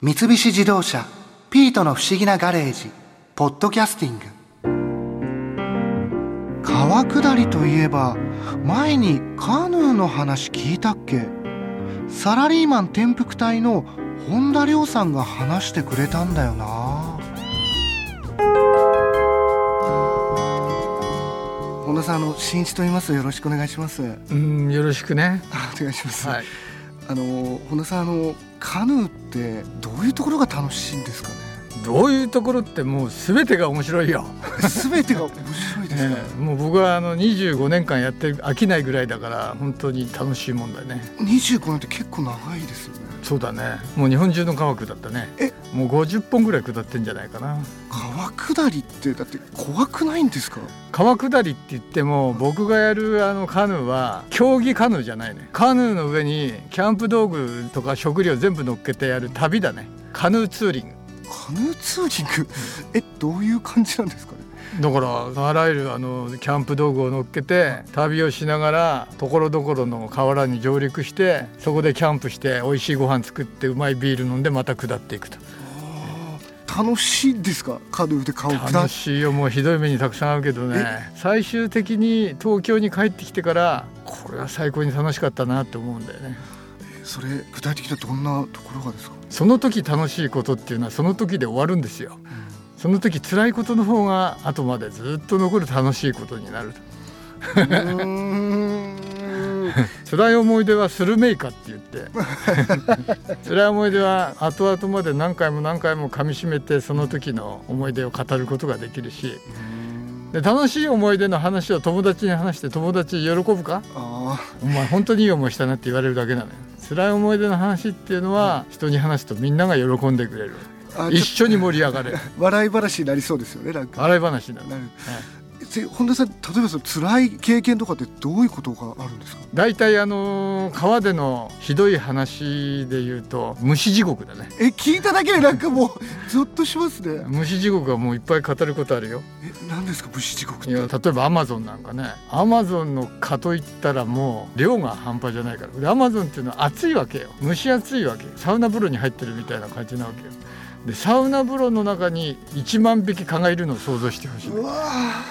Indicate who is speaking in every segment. Speaker 1: 三菱自動車「ピートの不思議なガレージ」ポッドキャスティング川下りといえば前にカヌーの話聞いたっけサラリーマン転覆隊の本田亮さんが話してくれたんだよな本田さんあの新一と言いますよろしくお願いします
Speaker 2: うん、よろしくね。
Speaker 1: あお願いします、
Speaker 2: はい。
Speaker 1: あの本田さんあのカヌーってどういうところが楽しいんですかね
Speaker 2: どういうところってもう全てが面白いよ。
Speaker 1: 全てが面白いですか
Speaker 2: ね
Speaker 1: ら、
Speaker 2: もう僕はあの25年間やって飽きないぐらいだから本当に楽しいもんだね。
Speaker 1: 25年って結構長いですよね
Speaker 2: そうだね。もう日本中の川下ったね。
Speaker 1: え
Speaker 2: もう50本ぐらい下ってんじゃないかな。
Speaker 1: 川下りってだって怖くないんですか
Speaker 2: 川下りって言っても僕がやるあのカヌーは競技カヌーじゃないね。カヌーの上にキャンプ道具とか食料全部乗っけてやる旅だね。カヌーツーリング。
Speaker 1: カヌーツーリングえどういう感じなんですかね
Speaker 2: だからあらゆるあのキャンプ道具を乗っけて旅をしながらところどころの河原に上陸してそこでキャンプして美味しいご飯作ってうまいビール飲んでまた下っていくと
Speaker 1: 楽しいんですかカヌーで川を下っ
Speaker 2: 楽しいよもうひどい目にたくさんあるけどね最終的に東京に帰ってきてからこれは最高に楽しかったなと思うんだよね
Speaker 1: それ具体的にはどんなところがです か、
Speaker 2: その時楽しいことっていうのはその時で終わるんですよその時辛いことの方が後までずっと残る楽しいことになる
Speaker 1: うん、
Speaker 2: 辛い思い出はスルメイカって言って 辛い思い出は後々まで何回も何回も噛みしめてその時の思い出を語ることができるしで楽しい思い出の話を友達に話して友達喜ぶか
Speaker 1: あ
Speaker 2: お前本当にいい思いしたなって言われるだけなのよ辛い思い出の話っていうのは人に話すとみんなが喜んでくれる
Speaker 1: ーあ
Speaker 2: 一
Speaker 1: ちょ
Speaker 2: 緒に盛り上が れる
Speaker 1: 笑い話になりそうですよねなんか
Speaker 2: 笑い話になる
Speaker 1: なる
Speaker 2: はい
Speaker 1: せ本田さん例えばその辛い経験とかってどういうことがあるんですか
Speaker 2: 大体あのー川でのひどい話で言うと虫地獄だね
Speaker 1: え聞いただけでなんかもう ゾッとしますね
Speaker 2: 虫地獄はもういっぱい語ることあるよ
Speaker 1: え何ですか武士地獄っ
Speaker 2: い
Speaker 1: て
Speaker 2: や例えばアマゾンなんかねアマゾンの蚊といったらもう量が半端じゃないからでアマゾンっていうのは暑いわけよ蒸し暑いわけよサウナ風呂に入ってるみたいな感じなわけよでサウナ風呂の中に1万匹蚊がいるのを想像してほしいう
Speaker 1: わ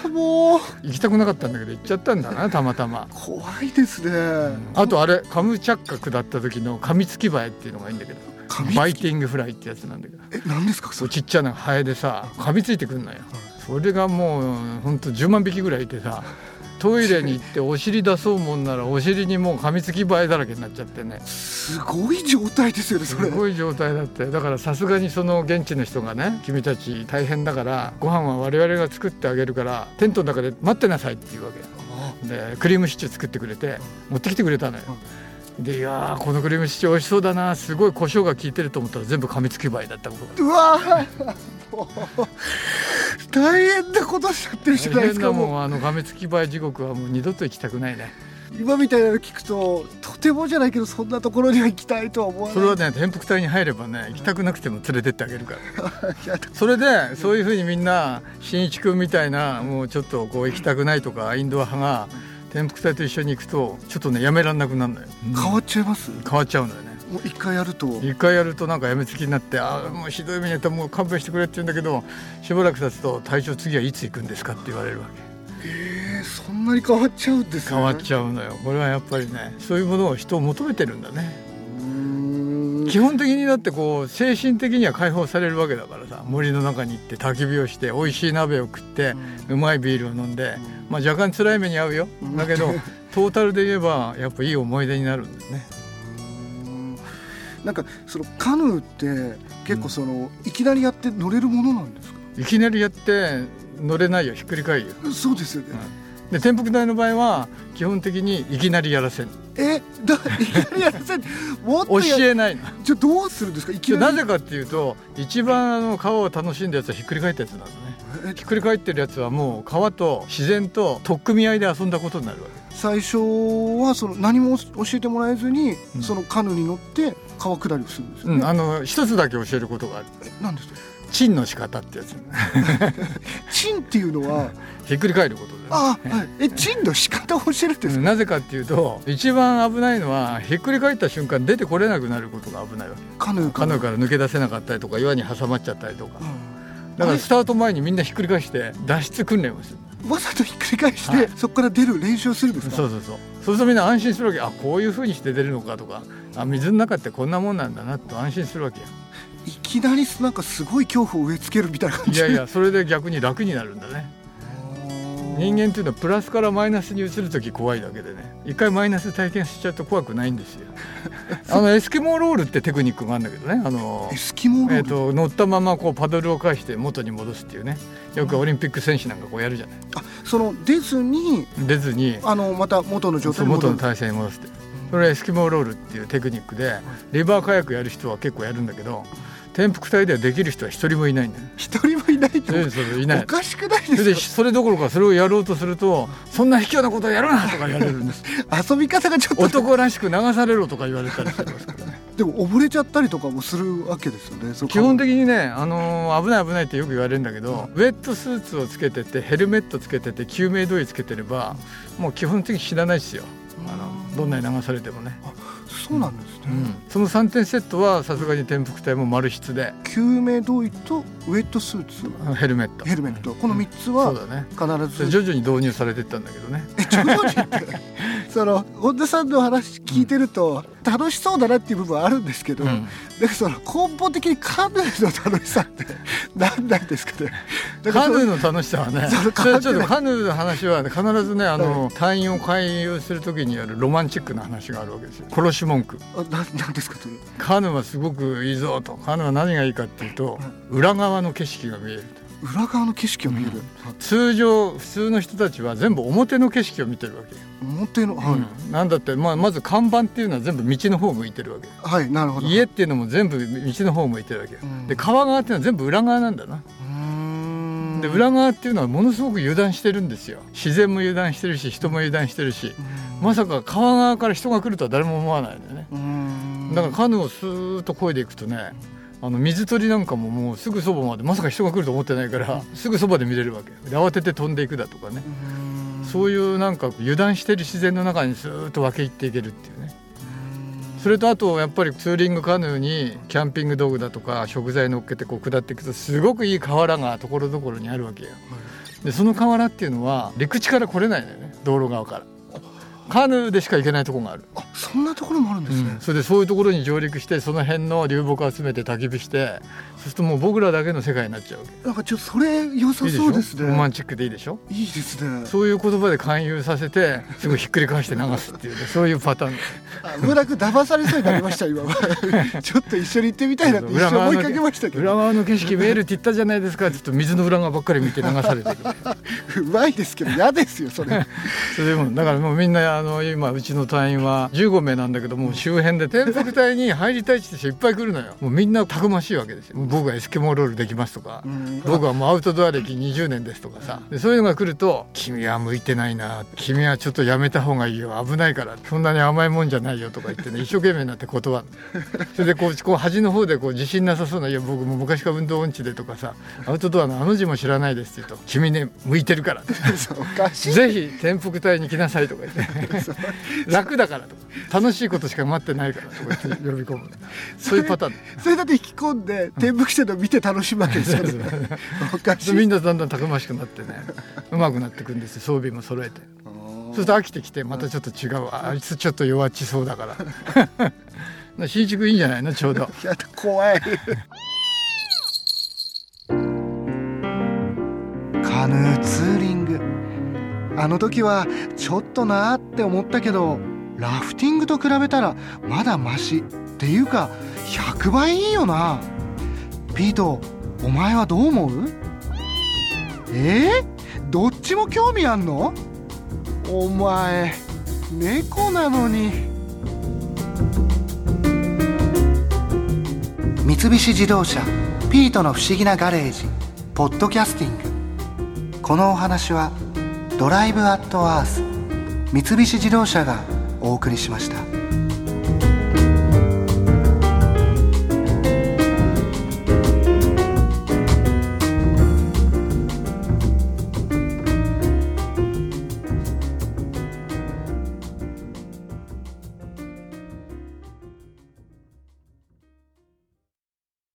Speaker 1: ーもう
Speaker 2: 行きたくなかったんだけど行っちゃったんだなたまたま
Speaker 1: 怖いですね、
Speaker 2: あとあれカムチャッカ下った時のカミツキバエっていうのがいいんだけど
Speaker 1: 噛みつき
Speaker 2: バイティングフライってやつなんだけど
Speaker 1: え何ですかそ
Speaker 2: そう
Speaker 1: れ
Speaker 2: ちっちゃなハエでさ噛みついてくんのよそれがもうほんと10万匹ぐらいいてさトイレに行ってお尻出そうもんならお尻にもう噛みつき映えだらけになっちゃってね
Speaker 1: すごい状態ですよね
Speaker 2: す
Speaker 1: それ
Speaker 2: ごい状態だってだからさすがにその現地の人がね君たち大変だからご飯は我々が作ってあげるからテントの中で待ってなさいっていうわけよ
Speaker 1: あ
Speaker 2: でクリームシチュー作ってくれて持ってきてくれたのよでいやーこのクリームシチュー美味しそうだなすごい胡椒が効いてると思ったら全部噛みつき映えだったことが
Speaker 1: うわーもう大変なことしちゃってるじゃないで
Speaker 2: 大
Speaker 1: す
Speaker 2: 変
Speaker 1: か
Speaker 2: だ
Speaker 1: もう
Speaker 2: もんあの亀付き映え地獄はもう二度と行きたくないね
Speaker 1: 今みたいなの聞くととてもじゃないけどそんなところには行きたいとは思わない
Speaker 2: それはね転覆隊に入ればね行きたくなくても連れてってあげるから
Speaker 1: いや
Speaker 2: それでそういうふうにみんな新一君みたいなもうちょっとこう行きたくないとかインドア派が転覆隊と一緒に行くとちょっとねやめらんなくなるのよ
Speaker 1: 変わっちゃいます
Speaker 2: 変わっちゃうのよね
Speaker 1: もう一回やると
Speaker 2: 一回やるとなんかやめつきになってああもうひどい目に遭ったもう勘弁してくれって言うんだけどしばらく経つと隊長次はいつ行くんですかって言われるわけ
Speaker 1: えーそんなに変わっちゃうんですね
Speaker 2: 変わっちゃうのよこれはやっぱりねそういうものを人を求めてるんだね
Speaker 1: うーん
Speaker 2: 基本的にだってこう精神的には解放されるわけだからさ森の中に行って焚き火をして美味しい鍋を食ってうまいビールを飲んで、まあ、若干辛い目に遭うよ
Speaker 1: うん
Speaker 2: だけどトータルで言えばやっぱいい思い出になるんですね
Speaker 1: なんかそのカヌーって結構その、いきなりやって乗れるものなんですか
Speaker 2: いきなりやって乗れないよひっくり返るよ
Speaker 1: そうですよね、
Speaker 2: で転覆台の場合は基本的にいきなりやらせん
Speaker 1: え だいきなりやらせて もっ
Speaker 2: 教
Speaker 1: とや
Speaker 2: えないの
Speaker 1: じゃあどうするんですかいきな
Speaker 2: な
Speaker 1: り
Speaker 2: ぜかっていうと一番あの川を楽しんだやつはひっくり返ったやつなんだね
Speaker 1: え
Speaker 2: ひっくり返ってるやつはもう川と自然と取っ組み合いで遊んだことになるわけ
Speaker 1: 最初はその何も教えてもらえずに、
Speaker 2: うん
Speaker 1: そのカヌーに乗って川下りをするんですよ
Speaker 2: うん、
Speaker 1: ね、
Speaker 2: あの一つだけ教えることがある
Speaker 1: え何ですか
Speaker 2: チンの仕方ってやつ
Speaker 1: チンっていうのは
Speaker 2: ひっくり返ることだ、
Speaker 1: あはいえチンの仕方を教えるんですか、
Speaker 2: なぜかっていうと一番危ないのはひっくり返った瞬間出てこれなくなることが危ないわけ
Speaker 1: カヌーか
Speaker 2: カ
Speaker 1: ら
Speaker 2: ヌーから抜け出せなかったりとか岩に挟まっちゃったりとか
Speaker 1: うん
Speaker 2: だか
Speaker 1: あ
Speaker 2: ら
Speaker 1: れ
Speaker 2: スタート前にみんなひっくり返して脱出訓練をする
Speaker 1: わざとひっくり返して、
Speaker 2: はい
Speaker 1: そこから出る練習をするんですか
Speaker 2: そうそうそうそうするとみんな安心するわけあこういうふうにして出るのかとかあ水の中ってこんなもんなんだなと安心するわけよ
Speaker 1: いきなりなんかすごい恐怖を植え付けるみたいな感
Speaker 2: い
Speaker 1: じ
Speaker 2: やいやそれで逆に楽になるんだね人間っていうのはプラスからマイナスに移る時怖いだけでね一回マイナス体験しちゃうと怖くないんですよ あのエスキモーロールってテクニックがあるんだけどねあの
Speaker 1: エスキモーロ
Speaker 2: え
Speaker 1: ー
Speaker 2: ー、
Speaker 1: ル、
Speaker 2: と乗ったままこうパドルを返して元に戻すっていうねよくオリンピック選手なんかこうやるじゃない
Speaker 1: あその出ずに
Speaker 2: 出ずに
Speaker 1: あのまた元の状態に戻
Speaker 2: 元
Speaker 1: る
Speaker 2: の体勢に戻すってそれはエスキモーロールっていうテクニックでリバーカヤックやる人は結構やるんだけど転覆体ではできる人は一人もいないんだよ
Speaker 1: 一人もいない
Speaker 2: そう
Speaker 1: と
Speaker 2: そういな
Speaker 1: お
Speaker 2: い
Speaker 1: かしくない
Speaker 2: それ
Speaker 1: で
Speaker 2: ですそれどころかそれをやろうとするとそんな卑怯なことをやるなとか言われるんです
Speaker 1: か遊び方がちょっと
Speaker 2: 男らしく流されろとか言われたりしてますからね
Speaker 1: でも溺れちゃったりとかもするわけですよねそう
Speaker 2: 基本的にね、あのー危ない危ないってよく言われるんだけど、ウェットスーツをつけててヘルメットつけてて救命胴衣つけてればもう基本的に死なないですよあのどんなに流されてもね、
Speaker 1: そうなんですね、
Speaker 2: その3点セットはさすがに転覆体も丸筆で
Speaker 1: 救命胴衣とウェットスーツ
Speaker 2: あのヘルメット
Speaker 1: ヘルメットこの3つ
Speaker 2: そ
Speaker 1: は
Speaker 2: うだねそ
Speaker 1: 必
Speaker 2: れ
Speaker 1: ず
Speaker 2: 徐々に導入されてったんだけどね
Speaker 1: 徐々にって その本田さんの話聞いてると楽しそうだなっていう部分はあるんですけど、
Speaker 2: うん
Speaker 1: でその根本的にカヌーの楽しさって何なんですかねだから
Speaker 2: カ
Speaker 1: そ
Speaker 2: ヌ
Speaker 1: の
Speaker 2: ーの楽しさはね
Speaker 1: それ
Speaker 2: それはちょっとカヌーの話はね必ずねあの、隊員を勧誘する時にやるロマンチックな話があるわけですよ殺し文句
Speaker 1: あななんですかそれ
Speaker 2: カヌーはすごくいいぞとカヌーは何がいいかっていうと裏側の景色が見えると
Speaker 1: 裏側の景色を見る、
Speaker 2: 通常普通の人たちは全部表の景色を見てるわけよ、
Speaker 1: 表の、はい
Speaker 2: うんなんだって、まあ、まず看板っていうのは全部道の方向いてるわけよ
Speaker 1: はいなるほど
Speaker 2: 家っていうのも全部道の方向いてるわけよ、
Speaker 1: うん
Speaker 2: で川側っていうのは全部裏側なんだな、
Speaker 1: うーん
Speaker 2: で裏側っていうのはものすごく油断してるんですよ自然も油断してるし人も油断してるしまさか川側から人が来るとは誰も思わないんだよね
Speaker 1: うーん
Speaker 2: だからカヌーをスーッと漕いでいくとねあの水鳥なんかももうすぐそばまでまさか人が来ると思ってないからすぐそばで見れるわけで慌てて飛んでいくだとかね
Speaker 1: うーん
Speaker 2: そういうなんか油断してる自然の中にスーッと分け入っていけるっていうねそれとあとやっぱりツーリングカヌーにキャンピング道具だとか食材乗っけてこう下っていくとすごくいい河原がところどころにあるわけよ、でその河原っていうのは陸地から来れないんだよね道路側からカヌーでしか行けないところがある、
Speaker 1: あそんなところもあるんですね、
Speaker 2: それでそういうところに上陸してその辺の流木集めて焚き火してそうするともう僕らだけの世界になっちゃうわけ
Speaker 1: なんかちょっとそれ良さ
Speaker 2: いいでし
Speaker 1: そ
Speaker 2: ょ
Speaker 1: うです
Speaker 2: ロマ
Speaker 1: ね
Speaker 2: ンチックでいいでしょ
Speaker 1: いいですね
Speaker 2: そういう言葉で勧誘さ せてすぐひっくり返して流すっていうねそういうパターン
Speaker 1: 危なく騙されそうになりました 今はちょっと一緒に行ってみたいなって一
Speaker 2: 裏
Speaker 1: 瞬
Speaker 2: 側
Speaker 1: 思い
Speaker 2: の
Speaker 1: かけましたけ
Speaker 2: 裏
Speaker 1: ど
Speaker 2: 側の景色見えるって言ったじゃないですかちょっと水の裏側ばっかり見て流されてる
Speaker 1: うまいですけど嫌ですよそ れ
Speaker 2: それでもだからもうみんなあの今うちの隊員は15名なんだけどもう周辺で転覆隊に入りたいって人いっぱい来るのよもうみんなたくましいわけですよ僕はエスケモーロールできますとか
Speaker 1: ん
Speaker 2: 僕はもうアウトドア歴20年ですとかさでそういうのが来ると君は向いてないな君はちょっとやめた方がいいよ危ないからそんなに甘いもんじゃないよとか言って ね一生懸命になって断るそれでこうこう端の方でこう自信なさそうないや僕もう昔から運動音痴でとかさアウトドアのあの字も知らないですって言うと君ね向いてるからって
Speaker 1: そうおかしい
Speaker 2: ぜひ転覆隊に来なさいとか言って楽だからとか楽しいことしか待ってないからとか言って呼び込むそういうパターン
Speaker 1: それだって引き込んで転覆してるのを見て楽しむわけですよねおかし
Speaker 2: で
Speaker 1: い
Speaker 2: みんなだんだんたくましくなってねうまくなってくんですよ装備も揃えてそうすると飽きてきてまたちょっと違うあいつちょっと弱っちそうだからな 新宿いいんじゃないのちょうど
Speaker 1: やだ怖いカヌーツーリングあの時はちょっとなーって思ったけどラフティングと比べたらまだマシっていうか100倍いいよなピートお前はどう思うえー、どっちも興味あんのお前猫なのに。三菱自動車ピートの不思議なガレージポッドキャスティングこのお話はドライブアットアース三菱自動車がお送りしました。